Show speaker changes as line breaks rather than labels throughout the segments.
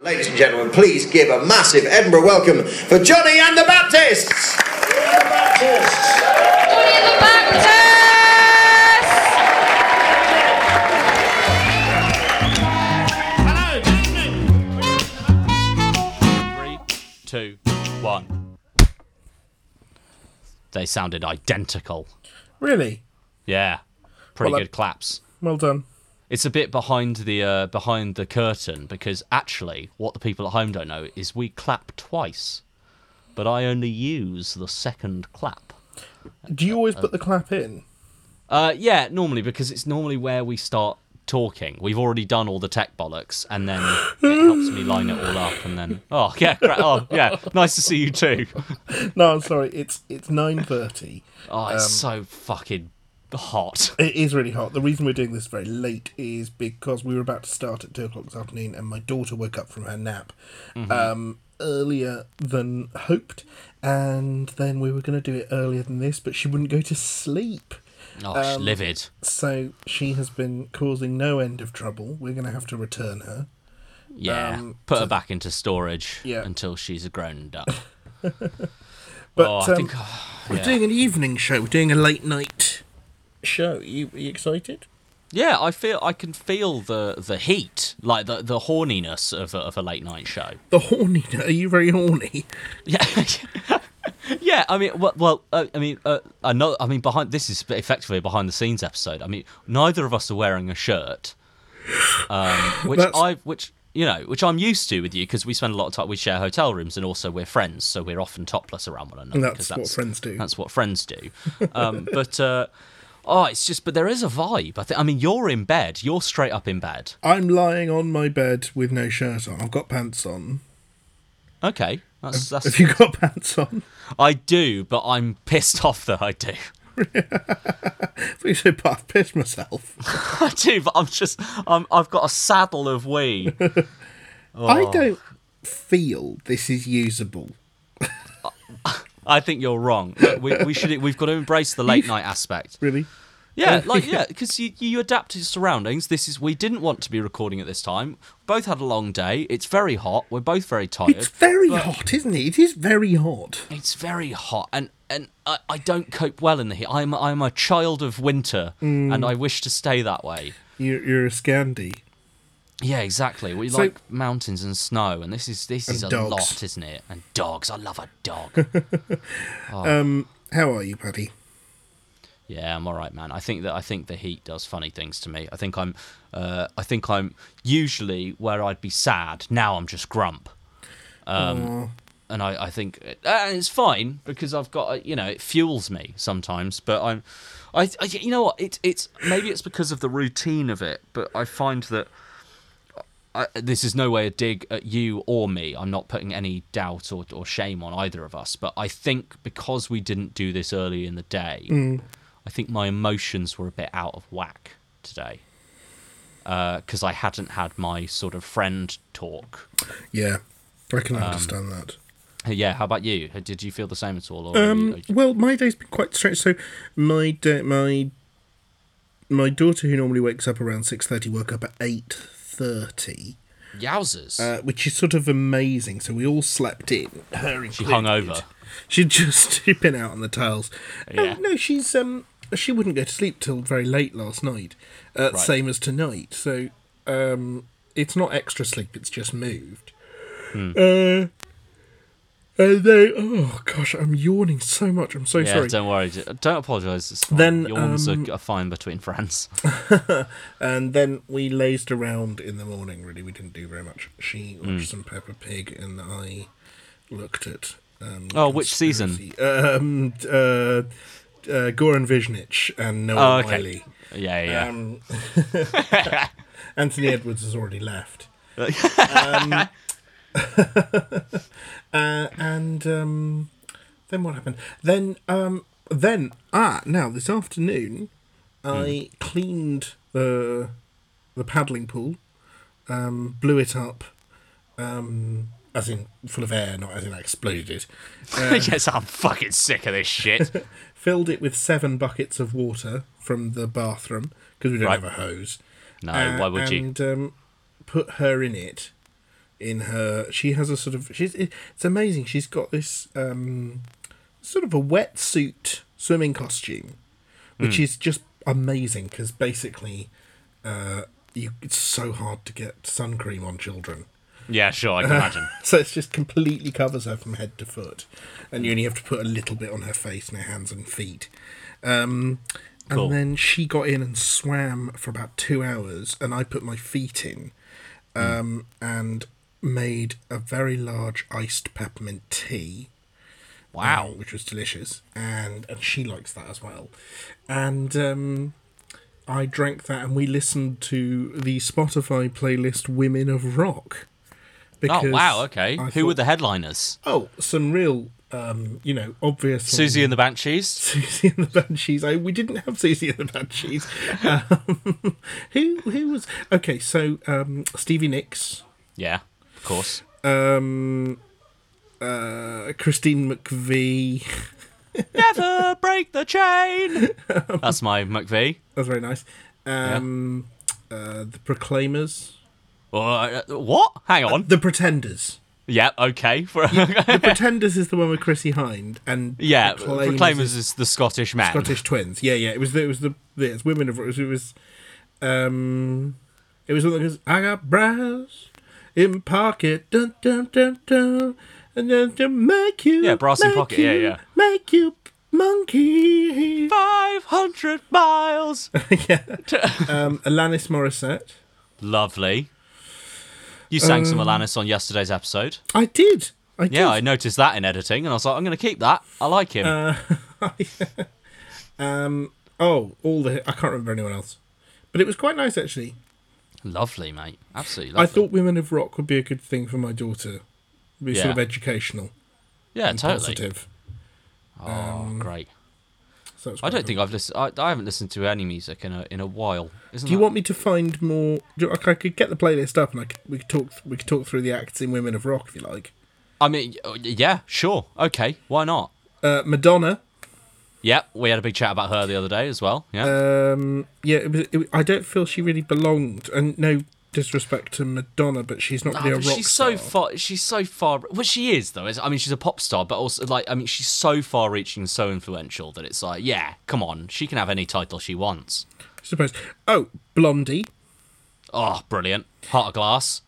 Ladies and gentlemen, please give a massive Edinburgh welcome for Johnny and the Baptists!
Johnny the Baptist!
Three, two, one. They sounded identical.
Really?
Yeah, pretty
Well,
good claps.
Well done.
It's a bit behind the uh, behind the curtain because actually, what the people at home don't know is we clap twice, but I only use the second clap.
Do you always put the clap in?
Uh, yeah, normally because it's normally where we start talking. We've already done all the tech bollocks, and then it helps me line it all up. And then, oh yeah, gra- oh yeah, nice to see you too.
No, I'm sorry. It's it's nine thirty.
Oh, it's so
Um,
fucking hot.
It is really hot. The reason we're doing this very late is because we were about to start at two o'clock this afternoon, and my daughter woke up from her nap
Mm-hmm.
um, earlier than hoped, and then we were going to do it earlier than this, but she wouldn't go to sleep.
Oh,
Um,
she's livid.
So she has been causing no end of trouble. We're going to have to return her.
Yeah,
um,
put her back into storage
Yeah.
until she's a grown up.
But
oh, I
um,
think
we're doing an evening show. We're doing a late night show. You, you excited?
yeah, I feel I can feel the the heat, like the the horniness of a, of a late night show.
The horny? Are you very horny?
Yeah. Yeah, I mean, well, well uh, I mean, uh, I know. I mean, behind this is effectively a behind-the-scenes episode. I mean, neither of us are wearing a shirt, um, which
That's-
I, which you know, which I'm used to with you because we spend a lot of time. We share hotel rooms, and also we're friends, so we're often topless around one another.
That's
'cause
what friends do.
That's what friends do. Um, but uh, oh, it's just, but there is a vibe. I think. I mean, you're in bed. You're straight up in bed.
I'm lying on my bed with no shirt on. I've got pants on.
Okay, that's that's
Have you got pants on?
I do, but I'm pissed off that I do.
I thought you said, but I've pissed myself.
I do, but I'm just I'm, I've got a saddle of wee.
I don't feel this is usable.
I think you're wrong. Look, we, we should we've got to embrace the late night aspect.
Really?
Yeah, like yeah, because you you adapt to your surroundings. This is we didn't want to be recording at this time. Both had a long day. It's very hot. We're both very tired.
It's very hot, isn't it? It is very hot.
It's very hot, and and I, I don't cope well in the heat. I'm I'm a child of winter,
Mm.
and I wish to stay that way.
You're, you're a Scandi.
Yeah, exactly. We
So-
like mountains and snow, and this is this is a
And dogs.
lot, isn't it? And dogs. I love a dog.
How are you, buddy?
Yeah, I'm all right, man. I think that I think the heat does funny things to me. I think I'm, uh, I think I'm usually where I'd be sad. Now I'm just grump, um, and I, I think uh, and it's fine because I've got uh, you know it fuels me sometimes. But I'm, I, I you know what it, it's maybe it's because of the routine of it. But I find that I, this is no way a dig at you or me. I'm not putting any doubt or, or shame on either of us. But I think because we didn't do this early in the day, I think my emotions were a bit out of whack today. Because I hadn't had my sort of friend talk.
Yeah, I can understand that.
Yeah, how about you? Did you feel the same at all? Or
Um,
are you-
Well, my day's been quite strange. So, my da- my my daughter, who normally wakes up around six thirty, woke up at eight thirty,
yowzers.
uh, which is sort of amazing. So we all slept in. Her
she hung over.
She'd just been out on the tiles.
Yeah.
No, no, she's um, she wouldn't go to sleep till very late last night, uh, same as tonight. So, um, it's not extra sleep; it's just moved.
Hmm.
Uh, and they, oh gosh, I'm yawning so much. I'm so
Yeah,
sorry.
don't worry. d- Don't apologise. It's fine.
Then, um,
Yawns are, are fine between friends.
And then we lazed around in the morning. Really, we didn't do very much. She watched
Hmm.
some Peppa Pig, and I looked at. Um,
Oh, which season?
conspiracy- Um, d- uh, d- uh, Goran Vishnich and Noah
Oh, okay.
Wiley.
Yeah, yeah.
Um, Anthony Edwards has already left. um, uh, and um, then what happened? Then um, then ah now this afternoon, I cleaned the the paddling pool, um, blew it up, um, as in full of air, not as in I exploded it. Oh,
yes, I'm fucking sick of this shit.
Filled it with seven buckets of water from the bathroom because we don't
Right.
have a hose.
No,
Uh,
why would you?
And um, put her in it in her. She has a sort of she's it's amazing. She's got this um, sort of a wetsuit swimming costume, which
Hmm.
is just amazing because basically, uh, you it's so hard to get sun cream on children.
Yeah, sure, I can imagine.
So it just completely covers her from head to foot, and you only have to put a little bit on her face and her hands and feet. Um, and
Cool.
then she got in and swam for about two hours, and I put my feet in,
Hmm.
um, and made a very large iced peppermint tea.
Wow.
uh, which was delicious, and and she likes that as well, and. Um, I drank that and we listened to the Spotify playlist Women of Rock.
Oh,
Because
wow, okay.
I
Who were
thought-
the headliners?
Oh, some real, um, you know, obvious.
Susie and the Banshees?
Susie and the Banshees. I, we didn't have Susie and the Banshees. Um, who who was okay? So um, Stevie Nicks,
Yeah, of course.
um, uh, Christine McVie.
Never break the chain! That's my McVie.
That's very nice. Um, uh, the Proclaimers,
Uh, what? Hang on.
the Pretenders.
Yeah, okay. For-
Uh, The Pretenders is the one with Chrissy Hind and
yeah,
Proclaimers
Proclaimers,
is
is the Scottish man.
Scottish twins. Yeah, yeah. It was the, it was the yeah, it's women of it was, it was um it was something that goes, I got brass in pocket dun dun dun dun and then to make you
Yeah, brass in
make
pocket, yeah,
you-
yeah.
Make you monkey
500 miles!
Um Alanis Morissette.
Lovely. You sang some
Um,
Alanis on yesterday's episode.
I did. I did.
Yeah, I noticed that in editing, and I was like, I'm going to keep that. I like him.
Uh, um oh, all the I can't remember anyone else. But it was quite nice actually.
lovely, mate. Absolutely
I
lovely.
thought Women of Rock would be a good thing for my daughter. Be
Yeah.
sort of educational
yeah,
and
totally.
positive.
Oh, great.
So it's
I
quite
don't
nice.
think I've listened. I, I haven't listened to any music in a in a while. Isn't
Do you
that-
want me to find more? Do, I could get the playlist up, and I could, we could talk. We could talk through the acts in Women of Rock if you like.
I mean, y- yeah, sure, okay, why not?
Uh, Madonna.
Yep, we had a big chat about her the other day as well. Yeah,
Um, yeah, it was, it, I don't feel she really belonged, and no disrespect to Madonna, but she's not
Oh,
really a
but
rock
she's
star.
so far. She's so far. Well, she is though. Is I mean, she's a pop star, but also like, I mean, she's so far-reaching, so influential that it's like, yeah, come on, she can have any title she wants.
I suppose. Oh, Blondie.
Oh, brilliant! Heart of glass.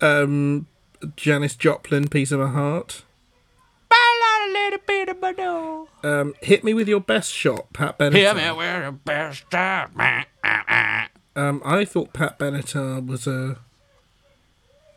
Um, Janis Joplin. Piece of a heart. Um, hit me with your best shot, Pat Benatar.
Hear me, we're the best. time.
Um, I thought Pat Benatar was a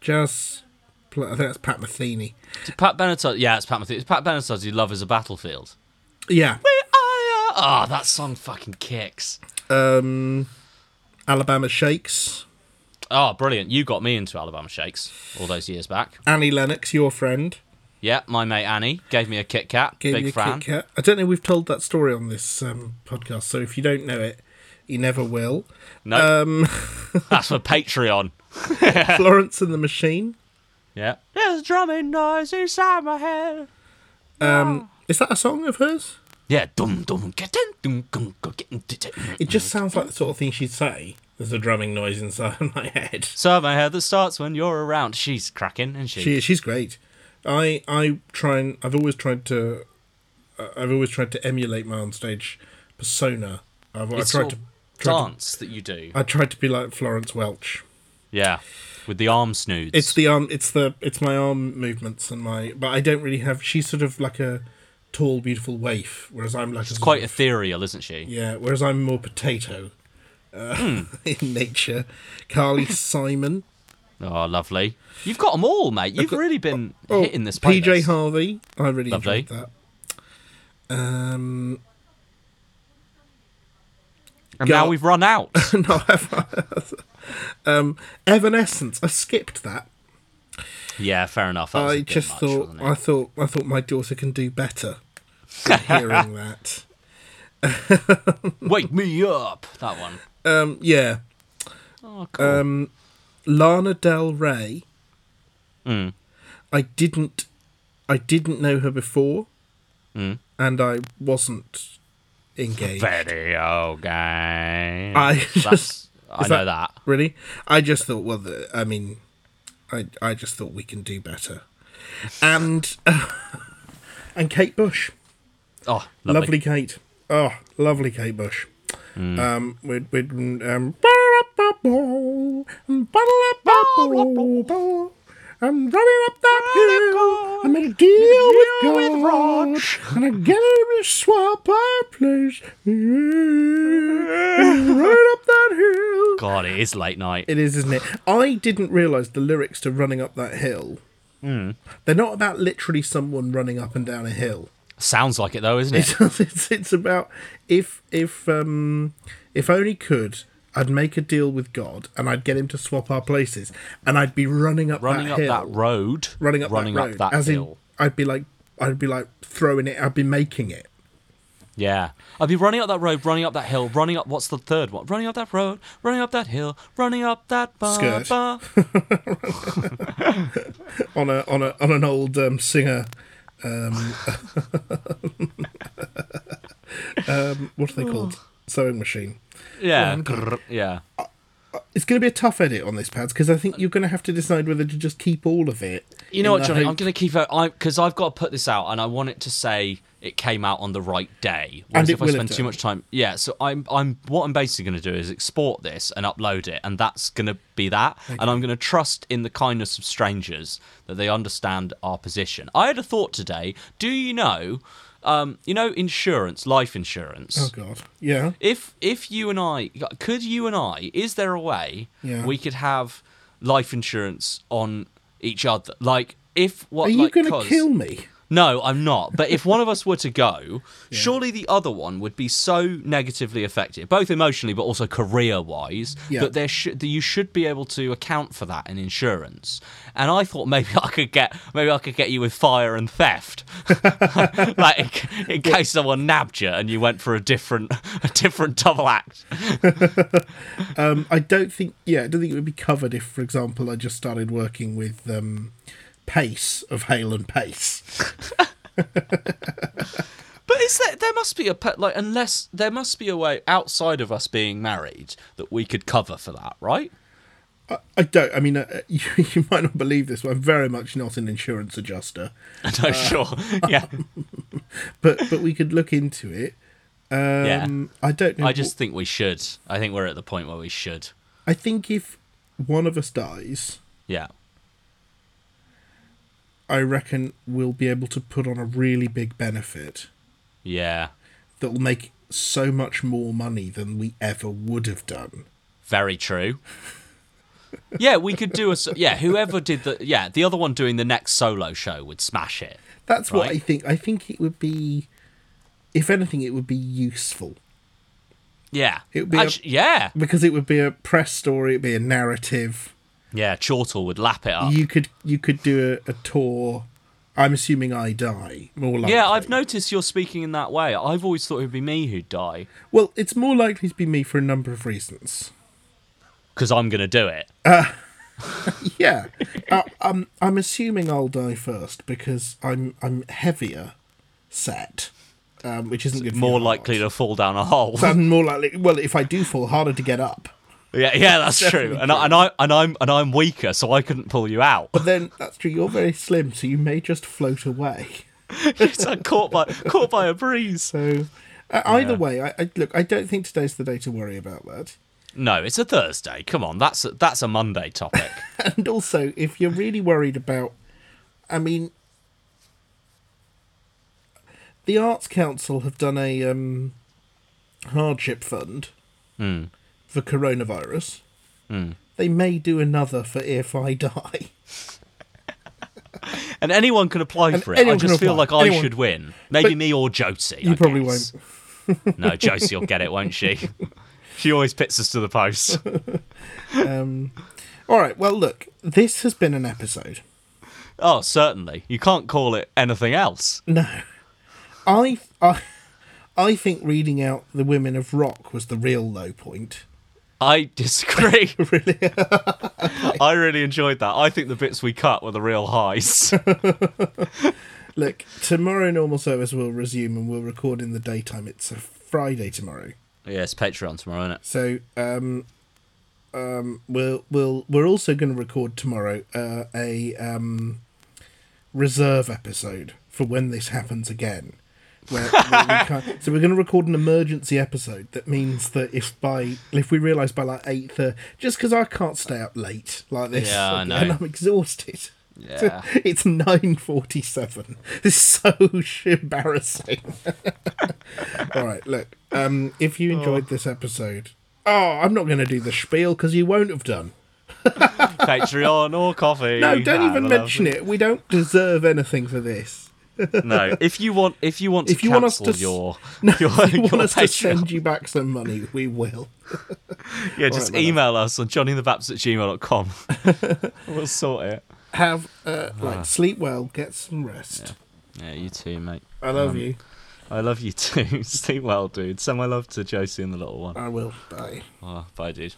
jazz. pl- I think that's Pat Metheny.
Pat Benatar. Yeah, it's Pat Metheny. It's Pat Benatar's "You Love Is a Battlefield."
Yeah.
Ah, oh, that song fucking kicks.
Um, Alabama Shakes.
Oh, brilliant! You got me into Alabama Shakes all those years back.
Annie Lennox, your friend,
Yeah, my mate Annie gave me a Kit Kat.
gave
big
you a
fan.
Kit Kat. I don't know. We've told that story on this um, podcast, so if you don't know it, you never will.
No,
Um,
that's for Patreon.
Florence and the Machine.
Yeah. There's a drumming noise inside my head.
Um, Is that a song of hers?
Yeah, dum dum get in, dum dum go get in. dit- dit.
It just sounds like the sort of thing she'd say. There's a drumming noise inside my head.
So my head that starts when you're around. She's cracking, and she.
She she's great. I I try and I've always tried to, uh, I've always tried to emulate my onstage persona. I've, I've
it's
tried
sort
to,
of
tried to
dance that you do.
I tried to be like Florence Welch.
Yeah, with the arm snoods.
It's the arm. It's the. It's my arm movements and my. But I don't really have. She's sort of like a tall, beautiful waif, whereas I'm like a
quite
sort of-
ethereal, isn't she?
yeah. Whereas I'm more potato,
Hmm.
uh, in nature. Carly Simon.
Oh, lovely. You've got them all, mate. You've really been
oh,
hitting this playlist.
PJ Harvey. I really
Lovely.
enjoyed that. Um,
and
Gar-
now we've run out.
no, I've- um, Evanescence. I skipped that.
yeah, fair enough. That was a
I
bit
just
much,
thought.
wasn't it?
I thought. I thought my daughter can do better. than hearing that.
Wake me up. That one.
Um, yeah.
Oh, cool.
um, Lana Del Rey.
Hmm.
I didn't, I didn't know her before,
Hmm.
and I wasn't engaged.
Video game.
I
That's
just
I know that.
Really? I just thought, well, the, I mean, I I just thought we can do better. And and Kate Bush,
Oh, lovely.
lovely, Kate. Oh, lovely Kate Bush. Um, we'd we'd um. I'm running up that hill. I'm gonna deal with God, and I get every swap I place. Right up that hill.
God, it is late night.
It is, isn't it? I didn't realise the lyrics to Running Up That Hill. They're not about literally someone running up and down a hill.
Sounds like it though, isn't it?
it's, it's about if if um if only could I'd make a deal with God and I'd get him to swap our places and I'd be running up
running
that
up
hill,
that road.
running up
running
that road,
up that
as
hill.
in I'd be like I'd be like throwing it. I'd be making it.
Yeah. I'd be running up that road, running up that hill, running up what's the third one? Running up that road, running up that hill, running up that bar.
Skirt. on a on a on an old um, singer. Um, um, what are they called? Sewing machine.
Yeah. grrr, yeah.
It's going to be a tough edit on this, pads, because I think you're going to have to decide whether to just keep all of it.
You know
in
what,
the
Johnny? I'm
hope-
going to keep it because I've got to put this out, and I want it to say it came out on the right day. Whereas
it
if I
will have
spend too
done.
much time, yeah. So I'm, I'm, what I'm basically going to do is export this and upload it, and that's going to be that. And I'm going to trust in the kindness of strangers that they understand our position. I had a thought today. Do you know, um, you know, insurance, life insurance
Oh God, yeah.
if if you and I could you and I is there a way
Yeah.
we could have life insurance on each other like if what
Are you
like,
going to
'cause-
kill me?
no I'm not but if one of us were to go surely the other one would be so negatively affected both emotionally but also career wise
Yeah.
that there should that you should be able to account for that in insurance and I thought maybe I could get maybe I could get you with fire and theft like in, in case someone nabbed you and you went for a different a different double act.
Um, I don't think. Yeah, I don't think it would be covered if, for example, I just started working with um, Pace of Hale and Pace.
But is there there must be a pe- like unless there must be a way outside of us being married that we could cover for that, right?
I don't. I mean, uh, you, you might not believe this, but I'm very much not an insurance adjuster.
No, sure, yeah,
But but we could look into it. Um, I don't know.
I just think we should. I think we're at the point where we should.
I think if one of us dies,
Yeah.
I reckon we'll be able to put on a really big benefit
Yeah.
that will make so much more money than we ever would have done.
Very true. Yeah, we could do a s- yeah. Whoever did the yeah, the other one doing the next solo show would smash it.
That's what
Right.
I think. I think it would be, if anything, it would be useful
Yeah,
It would be a-
Actu- yeah,
because it would be a press story, it'd be a narrative.
yeah. Chortle would lap it up.
You could you could do a, a tour. I'm assuming I die more likely.
Yeah, I've noticed you're speaking in that way. I've always thought it would be me who'd die
Well, it's more likely to be me for a number of reasons.
because I'm going to do it.
Oh Yeah, uh, um, I'm assuming I'll die first because I'm I'm heavier set, um, which isn't good. For
More
your
likely
heart.
to fall down a hole.
I'm more likely. Well, if I do fall, harder to get up.
yeah, yeah, that's true. And I, and I and I'm and I'm weaker, so I couldn't pull you out.
But then that's true. You're very slim, so you may just float away.
Yes, I'm caught by caught by a breeze.
So. Uh, either way, I, I look. I don't think today's the day to worry about that.
No, it's a Thursday. Come on, that's a, that's a Monday topic.
And also, if you're really worried about, I mean, the Arts Council have done a um, hardship fund for coronavirus. They may do another for if I die.
And anyone can apply for it. I
anyone can
just feel
apply.
like I
Anyone.
should win. Maybe
But
me or Josie.
You
I
probably
guess. won't. no, Josie will get it, won't she? She always pits us to the post.
All right. Well, look, this has been an episode.
Oh, certainly. You can't call it anything else.
No, I, I, I think reading out the women of rock was the real low point.
I disagree. really? I really enjoyed that. I think the bits we cut were the real highs.
Look, tomorrow normal service will resume and we'll record in the daytime. It's a Friday tomorrow.
yes, Patreon tomorrow, isn't it?
So, um, um, we'll we'll we're also going to record tomorrow uh, a um, reserve episode for when this happens again. Where, where we can't, so we're going to record an emergency episode. That means that if by if we realise by like eight thirty, just because I can't stay up late like this,
Yeah, I know.
and I'm exhausted.
Yeah.
It's nine forty-seven. It's so embarrassing. All right, look. Um, if you enjoyed this episode, oh, I'm not going to do the spiel because you won't have done.
Patreon or coffee.
No, don't
Ah,
even
love
mention it. We don't deserve anything for this.
No, if you want, if you want to
If you want us
cancel
to s-
your,
No,
your,
if you want
your
us to
Patreon,
send you back some money, we will.
yeah, just
well,
email us on johnnythebaps at gmail.com. we'll sort it.
Have uh,
Ah.
like sleep well, get some rest.
Yeah, you too, mate. Um,
I love you.
I love you too. Sleep well, dude. Send my love to Josie and the little one.
I will. Bye.
Oh, bye, dude.